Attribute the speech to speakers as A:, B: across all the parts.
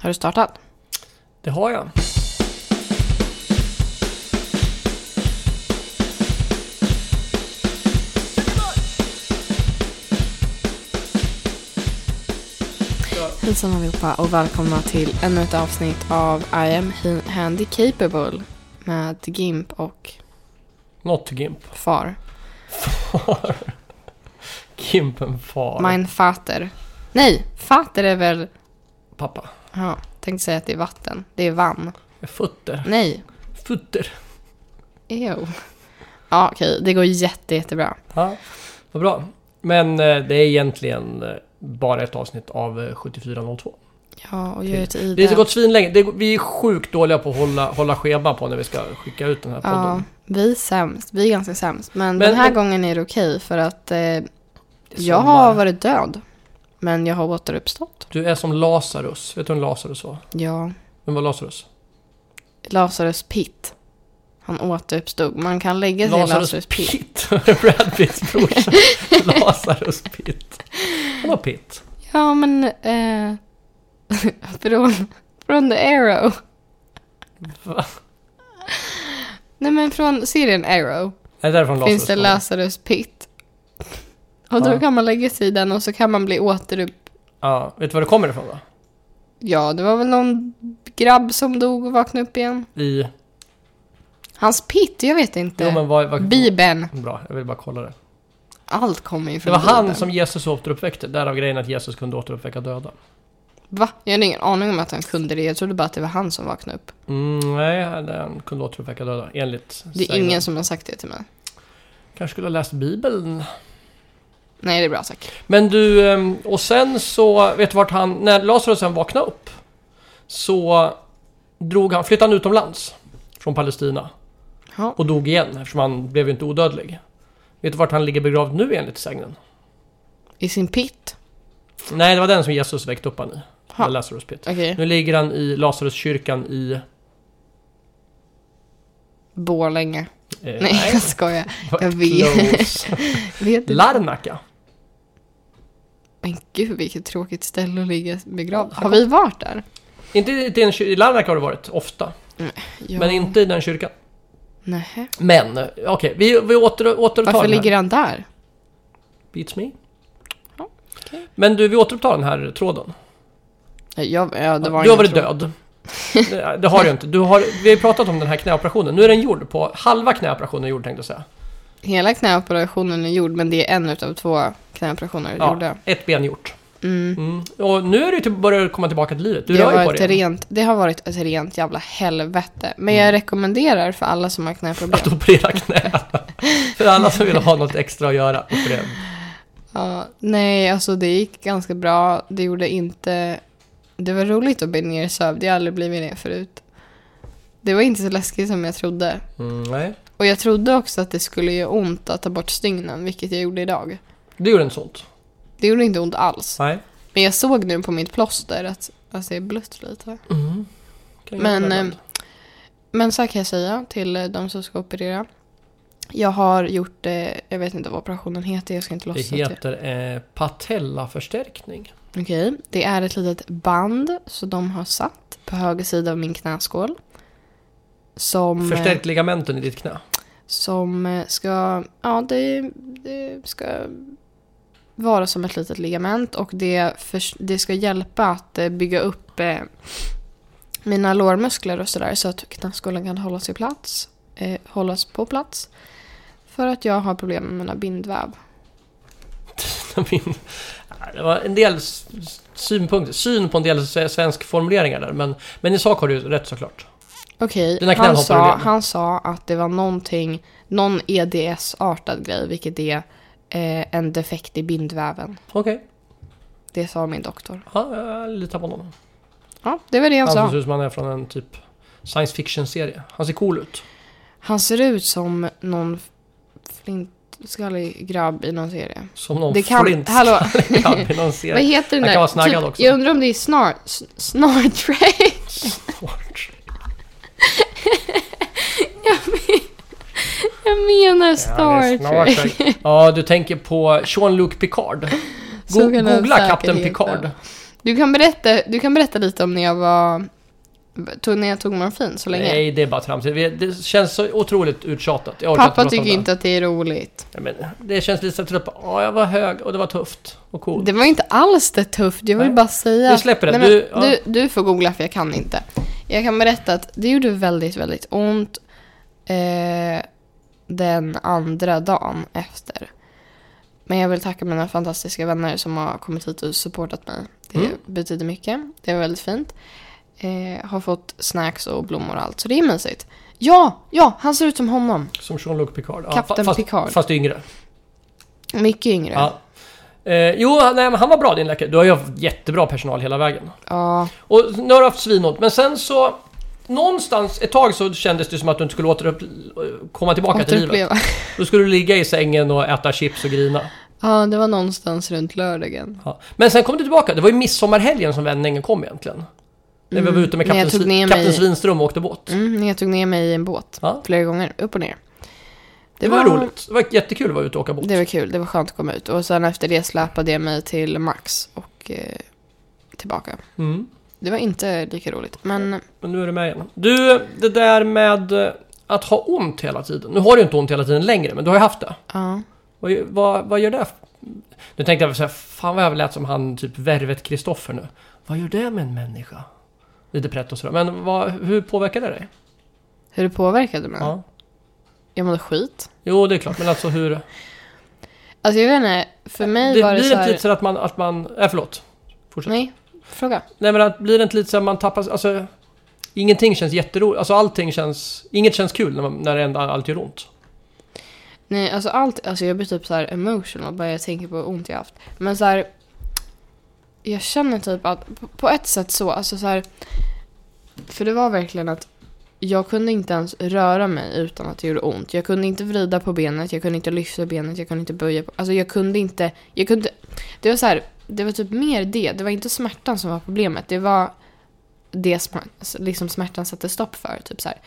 A: Har du startat?
B: Det har jag.
A: Hejsan allihopa och välkomna till ännu ett avsnitt av I am Hi- handy capable med Gimp och
B: Not Gimp.
A: far.
B: Far. Gimpen far.
A: Mein Vater. Nej, Vater är väl...
B: Pappa.
A: Ja, tänkte säga att det är vatten. Det är vann.
B: Fötter.
A: Nej.
B: Fötter.
A: Ew. Ja, okej. Det går jätte, jättebra.
B: Ja, vad bra. Men eh, det är egentligen eh, bara ett avsnitt av eh, 7402.
A: Ja, och jag heter Ida.
B: Det har gått svinlänge. Det, vi är sjukt dåliga på att hålla, hålla schema på när vi ska skicka ut den här
A: Ja,
B: podden.
A: vi är sämst. Vi är ganska sämst. Men,
B: Men-
A: den här
B: men-
A: gången är det okej för att eh,
B: Det är
A: jag
B: sommar.
A: har varit död. Men jag har återuppstått.
B: Du är som Lazarus. Vet du vem Lazarus var?
A: Ja.
B: Vem var Lazarus?
A: Lazarus Pitt. Han återuppstod. Man kan lägga sig i Lazarus Pitt.
B: Brad Pitts brorsa. Lazarus Pitt. Han var Pitt.
A: Ja, men... Eh, från, från The Arrow.
B: Va?
A: Nej, men från serien Arrow
B: Är det därifrån
A: finns det
B: kommer?
A: Lazarus Pitt. Och då
B: Ja.
A: kan man lägga sig i den och så kan man bli återupp...
B: Ja, vet du var det kommer ifrån då?
A: Ja, det var väl någon grabb som dog och vaknade upp igen.
B: I...
A: Hans pitt, jag vet inte.
B: Jo, men var, var...
A: Bibeln.
B: Bra, jag vill bara kolla det.
A: Allt kommer ju
B: Det
A: från
B: var han
A: Bibeln.
B: som Jesus återuppväckte, därav grejen att Jesus kunde återuppväcka döda.
A: Va? Jag hade ingen aning om att han kunde det. Jag trodde bara att det var han som vaknade upp.
B: Mm, nej, han- han kunde återuppväcka döda, enligt
A: Det är
B: sägnen.
A: ingen som har sagt det till mig.
B: Kanske skulle ha läst Bibeln.
A: Nej, det är bra tack.
B: Men du, ehm, och sen så, vet du vart han... När Lazarus sen vaknade upp så drog han, flyttade han utomlands från Palestina
A: Ja.
B: och dog igen eftersom han blev ju inte odödlig. Vet du vart han ligger begravd nu enligt sägnen?
A: I sin pitt?
B: Nej, det var den som Jesus väckte upp han i.
A: Ha.
B: Ha. Lazarus pit.
A: Okej.
B: Nu ligger han i Lasaruskyrkan i... Eh,
A: Borlänge. Nej, jag skojar.
B: Eh, vad
A: jag vet.
B: close.
A: vet du?
B: Larnaca.
A: Men gud, vilket tråkigt ställe att ligga begravd. Har vi varit där?
B: Inte i den kyr- i Larnaca har det varit ofta,
A: Ja.
B: men inte i den kyrkan.
A: Nej.
B: Men eh, okej, vi, vi åter,
A: Varför
B: återupptar den här.
A: ligger han där?
B: Beats me.
A: Ja, okej.
B: Men du, vi återupptar den här tråden.
A: Ja, Jag, ja, det var
B: du har
A: ingen
B: varit
A: tråd.
B: död. Det, det har du inte. Du har, vi har ju pratat om den här knäoperationen. Nu är den gjord på... Halva knäoperationen är gjord tänkte jag säga.
A: Hela knäoperationen är gjord, men det är en utav två knäoperationer jag
B: Ja,
A: gjorde.
B: ett ben gjort.
A: Mm.
B: Mm. Och nu är du typ börjar du komma tillbaka till livet. Du
A: det, har
B: rör ju på
A: varit
B: dig. igen.
A: rent, det har varit ett rent jävla helvete. Men jag rekommenderar för alla som har knäproblem.
B: Att operera knä. För alla som vill ha något extra att göra. Operera.
A: Ja, nej, alltså det gick ganska bra. Det gjorde inte... Det var roligt att bli nersövd. Jag har aldrig blivit det förut. Det var inte så läskigt som jag trodde.
B: Mm, nej.
A: Och jag trodde också att det skulle göra ont att ta bort stygnen, vilket jag gjorde idag.
B: Det gjorde inte så ont.
A: Det gjorde inte ont alls.
B: Nej.
A: Men jag såg nu på mitt plåster att alltså, det är blött lite.
B: Mm. Kan jag
A: Men,
B: göra det
A: eh,
B: ibland.
A: Men så här kan jag säga till eh, de som ska operera. Jag har gjort, eh, jag vet inte vad operationen heter, jag ska inte
B: det
A: låtsas att jag-
B: heter eh, patellaförstärkning.
A: Okej, det är ett litet band som de har satt på höger sida av min knäskål. Som, eh,
B: Förstärkt ligamenten i ditt knä.
A: som eh, ska, ja det, det ska vara som ett litet ligament och det, förs- det ska hjälpa att eh, bygga upp eh, mina lårmuskler och sådär så att knäskålen kan hållas, i plats, eh, hållas på plats. För att jag har problem med mina bindväv.
B: Min, det var en del s- s- synpunkter, syn på en del s- svensk formuleringar där. Men, men i sak har du ju rätt såklart.
A: Okej,
B: Dina knän
A: han,
B: hoppar
A: sa,
B: igenom.
A: han sa att det var någonting, någon EDS-artad grej, vilket är eh, en defekt i bindväven.
B: Okej,
A: Det sa min doktor.
B: ja, jag litar på honom.
A: Ja, det var det han
B: Han ser
A: sa.
B: ut som han är från en typ science fiction-serie. Han ser cool ut.
A: Han ser ut som någon flintskallig grabb i någon serie.
B: Som någon
A: Det kan- hallå.
B: flintskallig i någon
A: Vad
B: serie.
A: heter den
B: Han
A: där? typ,
B: kan vara snaggad också.
A: Jag undrar om det är snar, s- Snar Trek?
B: Snart.
A: Jag menar
B: Ja, det
A: Star
B: är snart
A: Trek.
B: en- Ja, du tänker på Jean-Luc Picard.
A: Så
B: Go
A: kan han
B: googla
A: säkert
B: Kapten
A: heta.
B: Picard.
A: Du kan berätta, du kan berätta lite om när jag var... Tog, när jag tog morfin så länge.
B: Nej, det är bara tramsigt. Vi- Det känns så otroligt uttjatat. Jag orkar
A: Pappa
B: prata om
A: tycker
B: det.
A: inte att det är roligt.
B: Nej, men det känns lite så trött på. Ja, jag var hög och det var tufft och coolt.
A: Det var inte alls det tufft, jag vill
B: Nej.
A: bara säga...
B: Vi släpper det.
A: Nej, men,
B: Du- ja.
A: du, du får googla för jag kan inte. Jag kan berätta att det gjorde väldigt, väldigt ont eh, den andra dagen efter. Men jag vill tacka mina fantastiska vänner som har kommit hit och supportat mig. Det
B: Mm.
A: betyder mycket. Det var väldigt fint. Eh, har fått snacks och blommor och allt, så det är mysigt. Ja, ja, han ser ut som honom.
B: Som Jean-Luc Picard. Ja,
A: Kapten
B: fa- fast,
A: Picard.
B: Fast yngre.
A: Mycket yngre. Ja.
B: Ja. Eh, jo, han- nej, men han var bra din läkare. Du har ju haft jättebra personal hela vägen. Och nu har du haft svinont, men sen så... Någonstans ett tag så kändes det som att du inte skulle återupp... komma tillbaka till livet.
A: återuppleva.
B: Då skulle du ligga i sängen och äta chips och grina.
A: Ja, det var någonstans runt lördagen.
B: Ja. Men sen kom du tillbaka. Det var ju midsommarhelgen som vändningen kom egentligen. När vi var ute med
A: Mm. när jag
B: kapten,
A: tog ner
B: Svi-
A: mig-
B: kapten Svinström och åkte båt.
A: Mm, när jag tog ner mig i en båt.
B: Ja.
A: Flera gånger, upp och ner.
B: Det, var, roligt. Det var jättekul att vara ute och åka båt.
A: Det var kul, det var skönt att komma ut. Och sen efter det släpade jag mig till Max och eh, tillbaka.
B: Mm.
A: Det var inte lika roligt, men
B: Men nu är du med igen. Du, det där med eh, att ha ont hela tiden. Nu har du ju inte ont hela tiden längre, men du har ju haft det.
A: ja.
B: Vad, vad, vad gör det? Nu tänkte jag säga, fan vad jag lät som han typ Värvet Kristoffer nu. Vad gör det med en människa? Lite pretto sådär. Men vad, hur påverkar det dig?
A: Hur det påverkade mig?
B: Ja.
A: Jag mådde skit.
B: Jo, det är klart, men alltså hur...
A: Alltså jag vet inte, för mig
B: Det
A: var det
B: blir typ-
A: så
B: inte
A: här...
B: lite så att man... Att man äh, förlåt. Fortsätt.
A: Nej, fråga.
B: Nej men att, blir det inte lite så att man tappar... Alltså, ingenting känns jätteroligt. Alltså allting känns... Inget känns kul när, man, när det ändå allt gör ont.
A: Nej, alltså allt, alltså jag blir typ så här emotional bara jag tänker på hur ont jag haft. Men så här, jag känner typ att, på- på ett sätt så, alltså så här, för det var verkligen att jag kunde inte ens röra mig utan att det gjorde ont. Jag kunde inte vrida på benet, jag kunde inte lyfta benet, jag kunde inte böja på, alltså jag kunde inte, jag kunde, det var så här, det var typ mer det, det var inte smärtan som var problemet, det var det som liksom smärtan satte stopp för, typ så här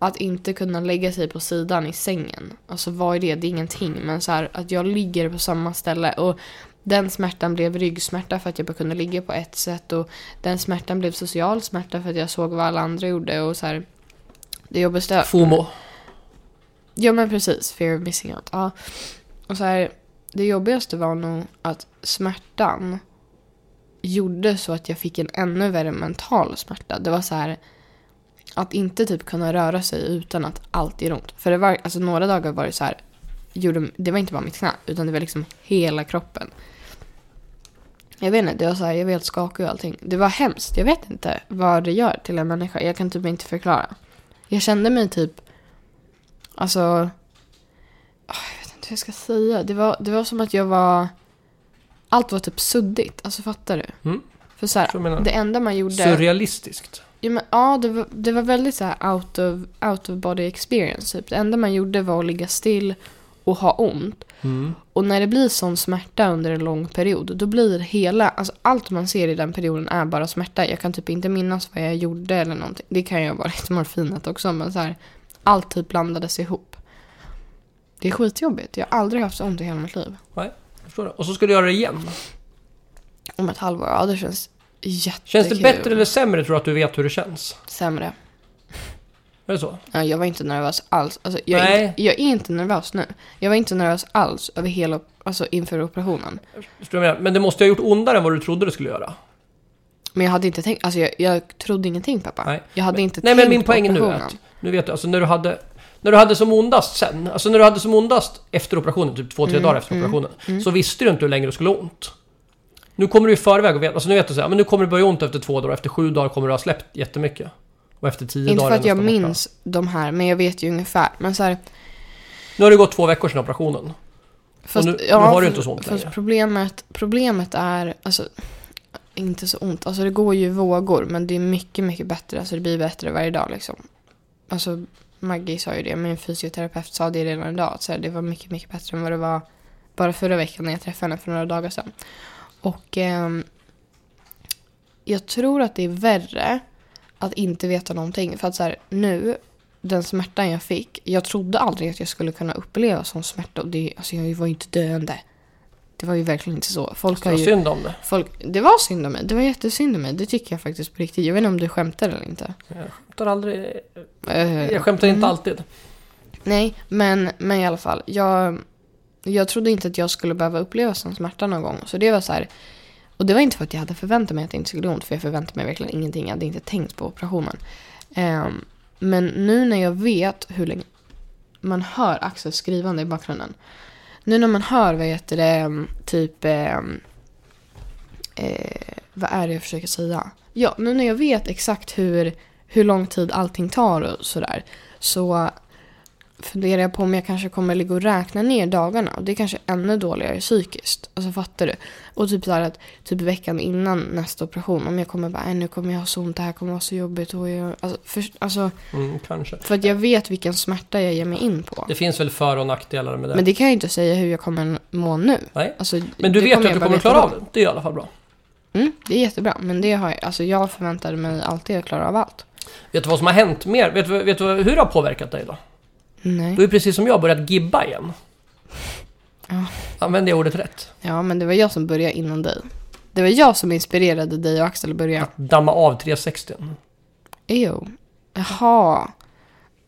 A: att inte kunna lägga sig på sidan i sängen. Alltså vad är det? Det är ingenting. Men så här, att jag ligger på samma ställe och den smärtan blev ryggsmärta för att jag bara kunde ligga på ett sätt och den smärtan blev social smärta för att jag såg vad alla andra gjorde och så här. Det jobbigast
B: FOMO.
A: Ja men precis, fear of missing out. Ja. Och så här, det jobbigaste var nog att smärtan gjorde så att jag fick en ännu värre mental smärta. Det var så här att inte typ kunna röra sig utan att allt gör ont. För det var, alltså några dagar var det så här, gjorde, det var inte bara mitt knä utan det var liksom hela kroppen. Jag vet inte, det var så här, jag var helt skakig och allting. Det var hemskt, jag vet inte vad det gör till en människa. Jag kan typ inte förklara. Jag kände mig typ Alltså... ah, Jag vet inte hur jag ska säga. Det var, det var som att jag var... Allt var typ suddigt. Alltså fattar du?
B: Mm.
A: För så här,
B: Så jag menar.
A: det enda man gjorde...
B: Surrealistiskt.
A: Ja, men, ja det, var, det var väldigt så här out of, out of body experience. Typ. Det enda man gjorde var att ligga still och ha ont.
B: Mm.
A: Och när det blir sån smärta under en lång period, då blir hela, alltså allt man ser i den perioden är bara smärta. Jag kan typ inte minnas vad jag gjorde eller någonting. Det kan ju ha varit morfinet också, men så här, allt typ blandades ihop. Det är skitjobbigt. Jag har aldrig haft så ont i hela mitt liv.
B: Nej, jag förstår det. Och så ska du göra det igen.
A: Om ett halvår, ja det känns jättekul.
B: Känns det, bättre eller sämre tror du att du vet hur det känns?
A: Sämre.
B: Är det så?
A: Ja, jag var inte nervös alls. Alltså, jag, är
B: Nej.
A: inte, jag är inte nervös nu. Jag var inte nervös alls över hela, alltså, inför operationen.
B: Förstår du vad jag menar? Men det måste ha gjort ondare än vad du trodde det skulle göra.
A: Men jag hade inte tänkt, alltså jag, jag trodde ingenting pappa.
B: Nej.
A: Jag hade inte
B: Nej
A: tänkt
B: men min poäng
A: på
B: nu är
A: operationen.
B: att, nu vet du, alltså när du hade, när du hade som ondast sen, alltså när du hade som ondast efter operationen, typ två, tre
A: Mm,
B: dagar efter operationen, så visste du inte hur länge du skulle ha ont. Nu kommer du i förväg och vet, alltså nu vet du så här, men nu kommer det börja ont efter två dagar, efter sju dagar kommer du ha släppt jättemycket. Och efter tio
A: Inte
B: dagar
A: för att
B: är
A: jag
B: nästan borta.
A: minns de här, men jag vet ju ungefär. Men så här,
B: Nu har det gått två veckor sedan operationen.
A: fast,
B: nu- nu har du
A: fast-
B: inte så ont
A: fast
B: längre.
A: problemet, problemet är, alltså, inte så ont. Alltså det går ju i vågor, men det är mycket, mycket bättre. Alltså det blir bättre varje dag liksom. Alltså Maggie sa ju det, min fysioterapeut sa det redan idag. Att så här, det var mycket, mycket bättre än vad det var bara förra veckan när jag träffade henne för några dagar sedan. Och ehm, jag tror att det är värre att inte veta någonting. För att så här, nu, den smärtan jag fick, jag trodde aldrig att jag skulle kunna uppleva sån smärta. Och det, alltså jag var ju inte döende. Det var ju verkligen inte så. Folk
B: Det
A: har
B: var
A: ju...
B: synd om det.
A: Folk, det var synd om mig. Det var jättesynd om mig. Det tycker jag faktiskt på riktigt. Jag vet inte om du skämtar eller inte.
B: Jag skämtar aldrig.
A: Eh,
B: Jag skämtar inte
A: mm.
B: alltid.
A: Nej, men, men i alla fall. Jag, jag trodde inte att jag skulle behöva uppleva sån smärta någon gång. Så det var så här. Och det var inte för att jag hade förväntat mig att det inte skulle göra ont. För jag förväntade mig verkligen ingenting. Jag hade inte tänkt på operationen. Ehm, men nu när jag vet hur länge man hör Axels skrivande i bakgrunden. Nu när man hör, vad heter det, typ... ehm, eh, vad är det jag försöker säga? Ja, nu när jag vet exakt hur, hur lång tid allting tar och sådär. Så funderar jag på om jag kanske kommer ligga och räkna ner dagarna. Och det är kanske ännu dåligare psykiskt. Alltså fattar du? Och typ så här att typ veckan innan nästa operation. Om jag kommer bara, "Äh, nu kommer jag ha så ont, det här kommer vara så jobbigt. Och jag, alltså, för, alltså,
B: Mm, kanske.
A: för att jag vet vilken smärta jag ger mig in på.
B: Det finns väl för och nackdelar med det.
A: Men det kan jag ju inte säga hur jag kommer må nu.
B: Nej.
A: Alltså,
B: Men du vet ju att du
A: jag bara
B: kommer
A: veta
B: klara
A: då.
B: av det. Det är i alla fall bra.
A: Mm, det är jättebra. Men det har jag, alltså, jag förväntade mig alltid att klara av allt.
B: Vet du vad som har hänt mer? Vet du, vet du hur det har påverkat dig då?
A: Nej.
B: Du är precis som jag börjat gibba igen.
A: Ja.
B: Använder jag ordet rätt?
A: Ja, men det var jag som började innan dig. Det var jag som inspirerade dig och Axel att börja.
B: Damma av 360.
A: Jo. Jaha.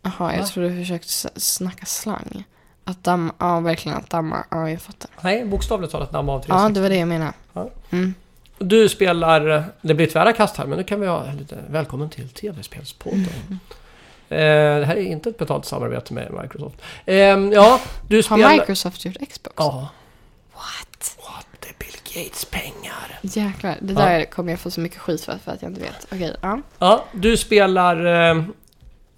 A: Jaha,
B: Va?
A: jag trodde du försökte s- snacka slang. Att damma, ja verkligen att damma, ja jag fattar.
B: Nej, bokstavligt talat damma av
A: Ja,
B: 360.
A: det var det jag menade.
B: Ja.
A: Mm.
B: Du spelar... Det blir tvära kast här, men nu kan vi ha lite... Välkommen till TV-spelspodden.
A: Mm.
B: Eh, det här är inte ett betalt samarbete med Microsoft. Eh, ja, du
A: Har
B: spelar...
A: Microsoft gjort Xbox?
B: Ja. What? What? Det är Bill Gates pengar.
A: Jäklar, det
B: Ja.
A: där kommer jag få så mycket skit för, för att jag inte vet. Okej, ja.
B: Ja, du spelar eh,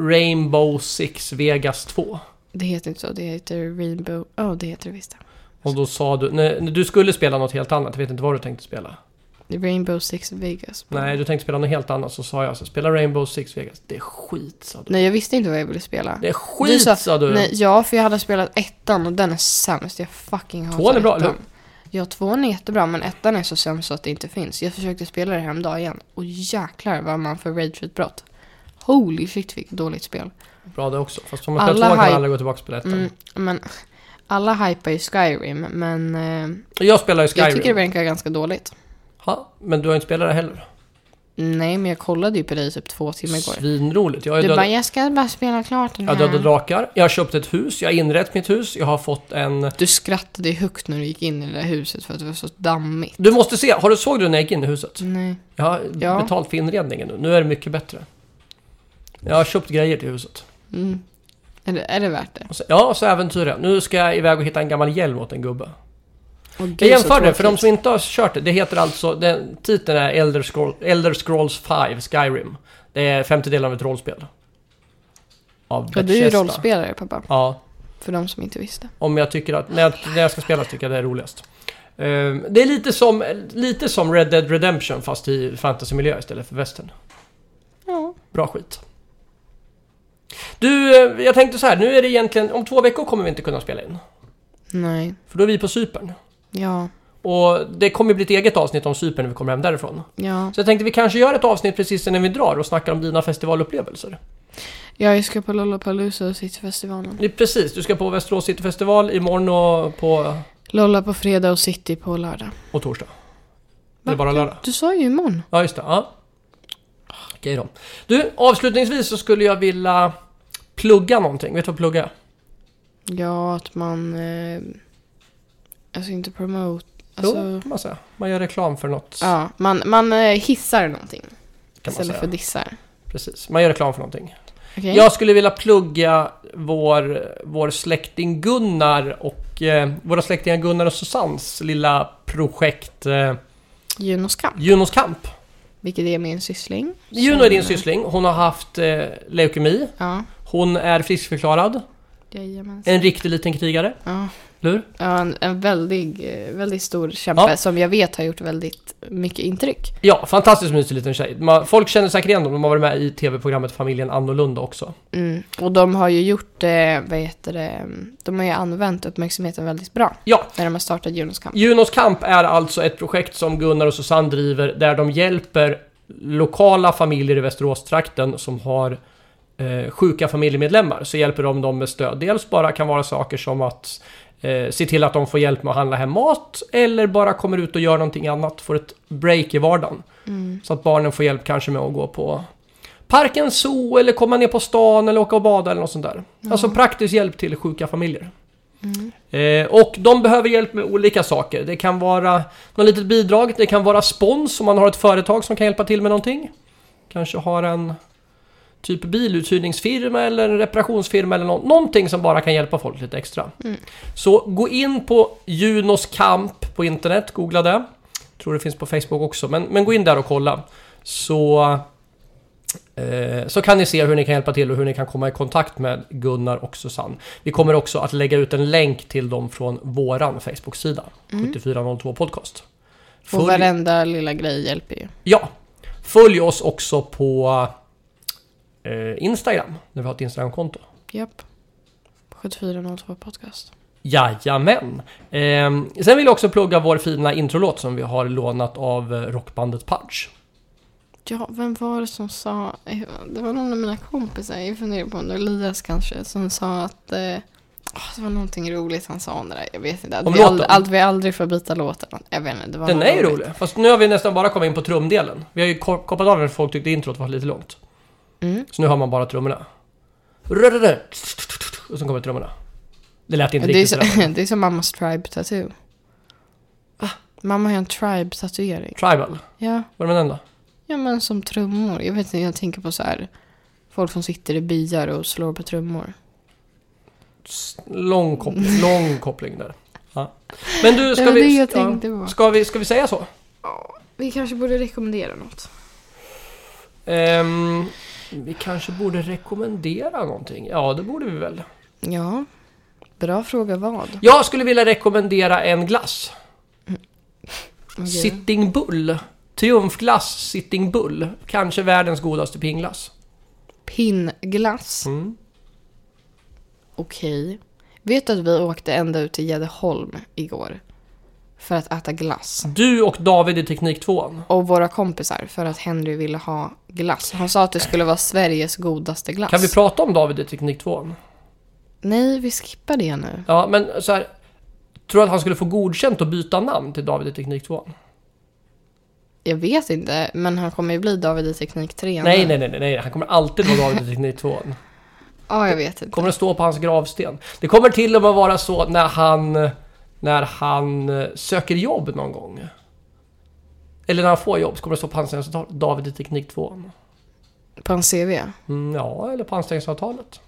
B: Rainbow Six Vegas 2.
A: Det heter inte så, det heter Rainbow... Ja, det heter det visst.
B: Och då sa du... Nej, du skulle spela något helt annat, jag vet inte vad du tänkte spela.
A: Det är Rainbow Six Vegas.
B: Nej, du tänkte spela något helt annat, så sa jag så spela Rainbow Six Vegas. Det är skit, sa du.
A: Nej, jag visste inte vad jag ville spela.
B: Det
A: Du
B: är skit,
A: sa-
B: sa du.
A: Nej, ja, för jag hade spelat ettan och den är sämst. Jag fucking hatar
B: Tvåan är bra, eller
A: ettan. Ja, tvåan är jättebra, men ettan är så sämst så att det inte finns. Jag försökte spela det häromdagen igen och jäklar vad man får rage för ett brott. Holy shit vilket dåligt spel.
B: Bra det också. Fast om man
A: Alla
B: spelar tvåan kan man
A: hype-
B: aldrig gå tillbaka och spela ettan.
A: Mm, men alla hypar ju Skyrim, men eh,
B: Jag spelar ju
A: jag tycker det
B: Skyrim.
A: verkar ganska dåligt.
B: ha, men du har inte spelat det heller.
A: Nej, men jag kollade ju på dig i typ två timmar igår.
B: Svinroligt. Jag har
A: Du
B: ju
A: bara, Mm.
B: dödat,
A: jag ska bara spela klart den
B: jag dödade
A: här.
B: drakar. Jag har köpt ett hus. Jag har inrett mitt hus. Jag har fått en...
A: Du skrattade ju högt när du gick in i det där huset för att det var så dammigt.
B: Du måste se! Har du såg du när jag gick in i huset?
A: Nej.
B: Jag har
A: Ja.
B: betalt för inredningen nu. Nu är det mycket bättre. Jag har köpt grejer till huset.
A: Mm. Är, det, är det värt det?
B: Och så, ja, och så äventyr jag. Nu ska jag iväg och hitta en gammal hjälm åt en gubbe.
A: Åh, gud,
B: Jag jämför
A: så
B: det, för de
A: tråkigt.
B: som inte har kört det. Det heter alltså... Den, titeln är Elder, Scroll, Elder Scrolls 5 Skyrim. Det är femtedelen av ett rollspel. Av
A: Ja, du är ju
B: Bethesda.
A: rollspelare pappa,
B: Ja,
A: för de som inte visste.
B: om jag tycker att... När jag, när jag ska spela så tycker jag det är roligast. Ehm, det är lite som, lite som Red Dead Redemption fast i fantasymiljö istället för västern.
A: Ja.
B: Bra skit. Du, eh, jag tänkte så här. Nu är det egentligen... Om två veckor kommer vi inte kunna spela in.
A: Nej.
B: För då är vi på Cypern.
A: Ja.
B: Och det kommer bli ett eget avsnitt om Cypern när vi kommer hem därifrån.
A: Ja.
B: Så jag tänkte vi kanske gör ett avsnitt precis innan vi drar och snackar om dina festivalupplevelser.
A: Ja, Jag ska på Lollapalooza och Cityfestivalen.
B: Det är precis, du ska på Västerås Cityfestival imorgon och på
A: Lolla på fredag och City på lördag.
B: och torsdag. Eller bara
A: Va?
B: lördag.
A: Du sa ju imorgon.
B: Ja, just det. Ja. Okej då. Du, avslutningsvis så skulle jag vilja plugga någonting. Vet du vad plugga är?
A: Ja, att man... Eh, alltså inte promote.
B: Jo,
A: Alltså,
B: kan man säga. Man gör reklam för något.
A: ja, man, man eh, hissar någonting
B: kan man
A: istället
B: säga.
A: för dissar.
B: Precis, man gör reklam för någonting.
A: Okej?
B: Jag skulle vilja plugga vår, vår släkting Gunnar och eh, våra släktingar Gunnar och Susannes lilla projekt eh,
A: Juno Skam,
B: Junos kamp.
A: vilket är min syssling.
B: Juno
A: Som-
B: är din syssling, hon har haft eh, leukemi,
A: Ja,
B: hon är friskförklarad,
A: jajamensan.
B: en riktig liten krigare,
A: Ja,
B: eller hur?
A: ja en, en väldig, eh, väldigt stor kämpe
B: Ja.
A: som jag vet har gjort väldigt mycket intryck.
B: Ja, fantastiskt mysig liten tjej. Man, folk känner säkert igen dem, de har varit med i tv-programmet Familjen Annorlunda också.
A: Mm. Och de har ju gjort, eh, vad heter det, mm, de har ju använt uppmärksamheten väldigt bra
B: Ja,
A: när de har startat Junos kamp.
B: Junos kamp är alltså ett projekt som Gunnar och Susanne driver där de hjälper lokala familjer i Västeråstrakten som har eh, sjuka familjemedlemmar så hjälper de dem med stöd. Dels bara kan vara saker som att eh, se till att de får hjälp med att handla hem mat eller bara kommer ut och gör någonting annat, får ett break i vardagen. Så att barnen får hjälp kanske med att gå på parken, zoo eller komma ner på stan eller åka och bada eller något sånt där. Alltså praktisk hjälp till sjuka familjer. Eh, och de behöver hjälp med olika saker. Det kan vara något litet bidrag, det kan vara spons om man har ett företag som kan hjälpa till med någonting. Kanske har en typ biluthyrningsfirma eller en reparationsfirma eller nå- någonting som bara kan hjälpa folk lite extra. Så gå in på Junos kamp på internet, googla det. Tror det finns på Facebook också, men, men gå in där och kolla. Så, eh, så kan ni se hur ni kan hjälpa till och hur ni kan komma i kontakt med Gunnar och Susanne. Vi kommer också att lägga ut en länk till dem från våran Facebook-sida, 7402 Podcast.
A: Och
B: Följ-
A: varenda lilla grej hjälper ju.
B: Ja. Följ oss också på eh, Instagram, när vi har ett Instagram-konto.
A: Japp. 7402 podcast.
B: Jajamän! Ehm, sen vill jag också plugga vår fina introlåt som vi har lånat av eh, rockbandet Punch.
A: Ja, vem var det som sa... Det var någon av mina kompisar, jag funderar på om det var Elias kanske, som sa att... Eh, åh, det var någonting roligt han sa om det där, jag vet inte. Att
B: Om
A: vi, ald-
B: låten?
A: att vi aldrig får byta låt eller något. Jag vet inte, det var
B: Den
A: något
B: är ju
A: roligt.
B: rolig, fast nu har vi nästan bara kommit in på trumdelen. Vi har ju ko- koppat av när folk tyckte introt var lite långt.
A: Mm.
B: Så nu har man bara trummorna. Rrrrrr. Och sen kommer trummorna. Det lät inte
A: Det är,
B: riktigt
A: så,
B: sådär.
A: det är som mammas tribe tattoo. Mamma har en tribe tatuering.
B: Tribal,
A: Ja.
B: var det med den då?
A: ja, men som trummor. Jag vet inte, jag tänker på så här. Folk som sitter i byar och slår på trummor.
B: S- Lång koppling, lång koppling där. Ja. Men du, ska
A: Det var det
B: vi...
A: jag
B: ja,
A: tänkte på.
B: Ska vi, ska vi säga så?
A: Vi kanske borde rekommendera något.
B: Ehm, vi kanske borde rekommendera någonting. Ja, det borde vi väl.
A: Ja. Bra fråga vad.
B: Jag skulle vilja rekommendera en glass. Sitting Bull. Triumfglass Sitting Bull. Kanske världens godaste pingglass.
A: Pinnglass.
B: Mm.
A: Okej. Vet du att vi åkte ända ut till Gäddeholm igår? För att äta glass.
B: Du och David i Teknik 2.
A: Och våra kompisar för att Henry ville ha glass. Han sa att det skulle vara Sveriges godaste glass.
B: Kan vi prata om David i Teknik 2?
A: Nej, vi skippar det nu.
B: Ja, men så här. Tror du att han skulle få godkänt att byta namn till David i Teknik 2?
A: Jag vet inte, men han kommer ju bli David i Teknik 3.
B: Nej, nej, nej, nej, nej. Han kommer alltid vara David i Teknik 2.
A: Ja, jag vet inte.
B: kommer att stå på hans gravsten. Det kommer till och med vara så när han, när han eh, söker jobb någon gång. Eller när han får jobb så kommer det stå på anställningsavtalet David i Teknik 2.
A: På en CV.
B: Mm, ja, eller på anställningsavtalet.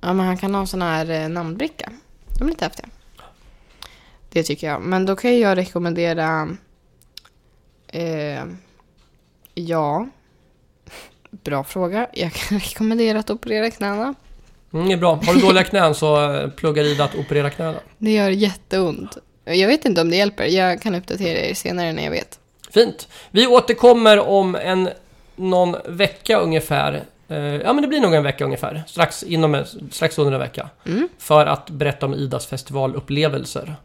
A: Ja, men han kan ha en sån här eh, namnbricka. De är lite häftiga. Det tycker jag. Men då kan jag rekommendera... Eh, ja. Bra fråga. Jag kan rekommendera att operera knäna.
B: Mm, det är bra. Har du dåliga knän så eh, pluggar Ida att operera knäna.
A: Det gör jätteont. Jag vet inte om det hjälper. Jag kan uppdatera er senare när jag vet.
B: Fint. Vi återkommer om en, någon vecka ungefär. Eh, Ja men det blir nog en vecka ungefär, strax, inom en, strax under en vecka. För att berätta om Idas festivalupplevelser.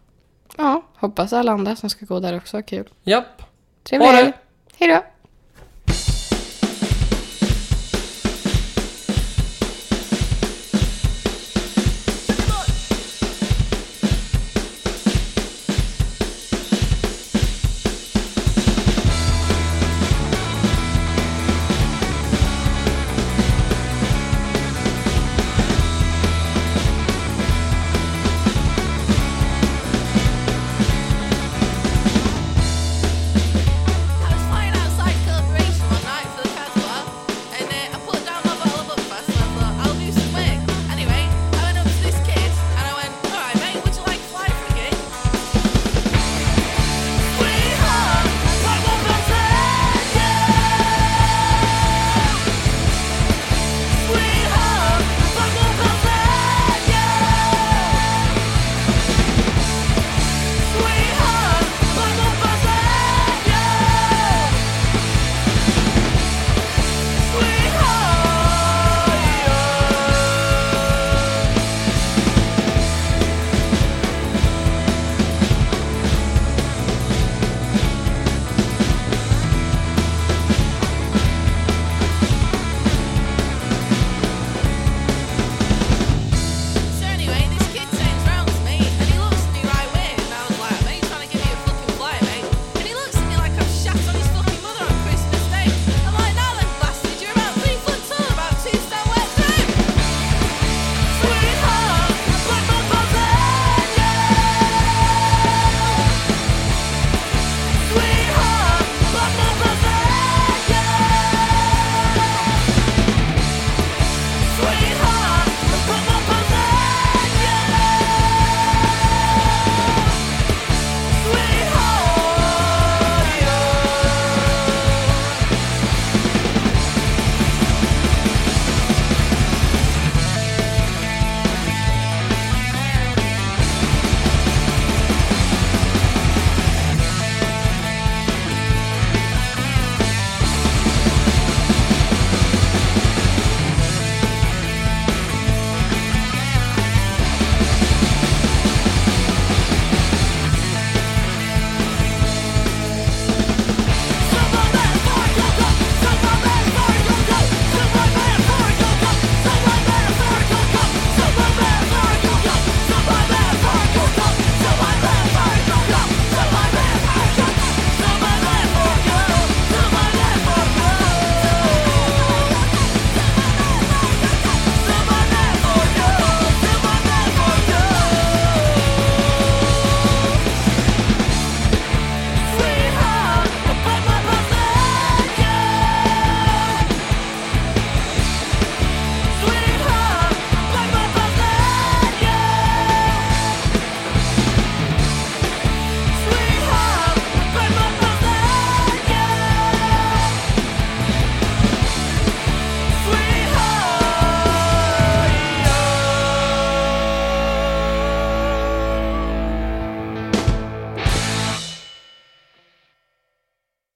A: Ja, hoppas alla andra som ska gå där också har kul.
B: Japp.
A: Trevlig
B: Ha det!
A: helg. Hej då!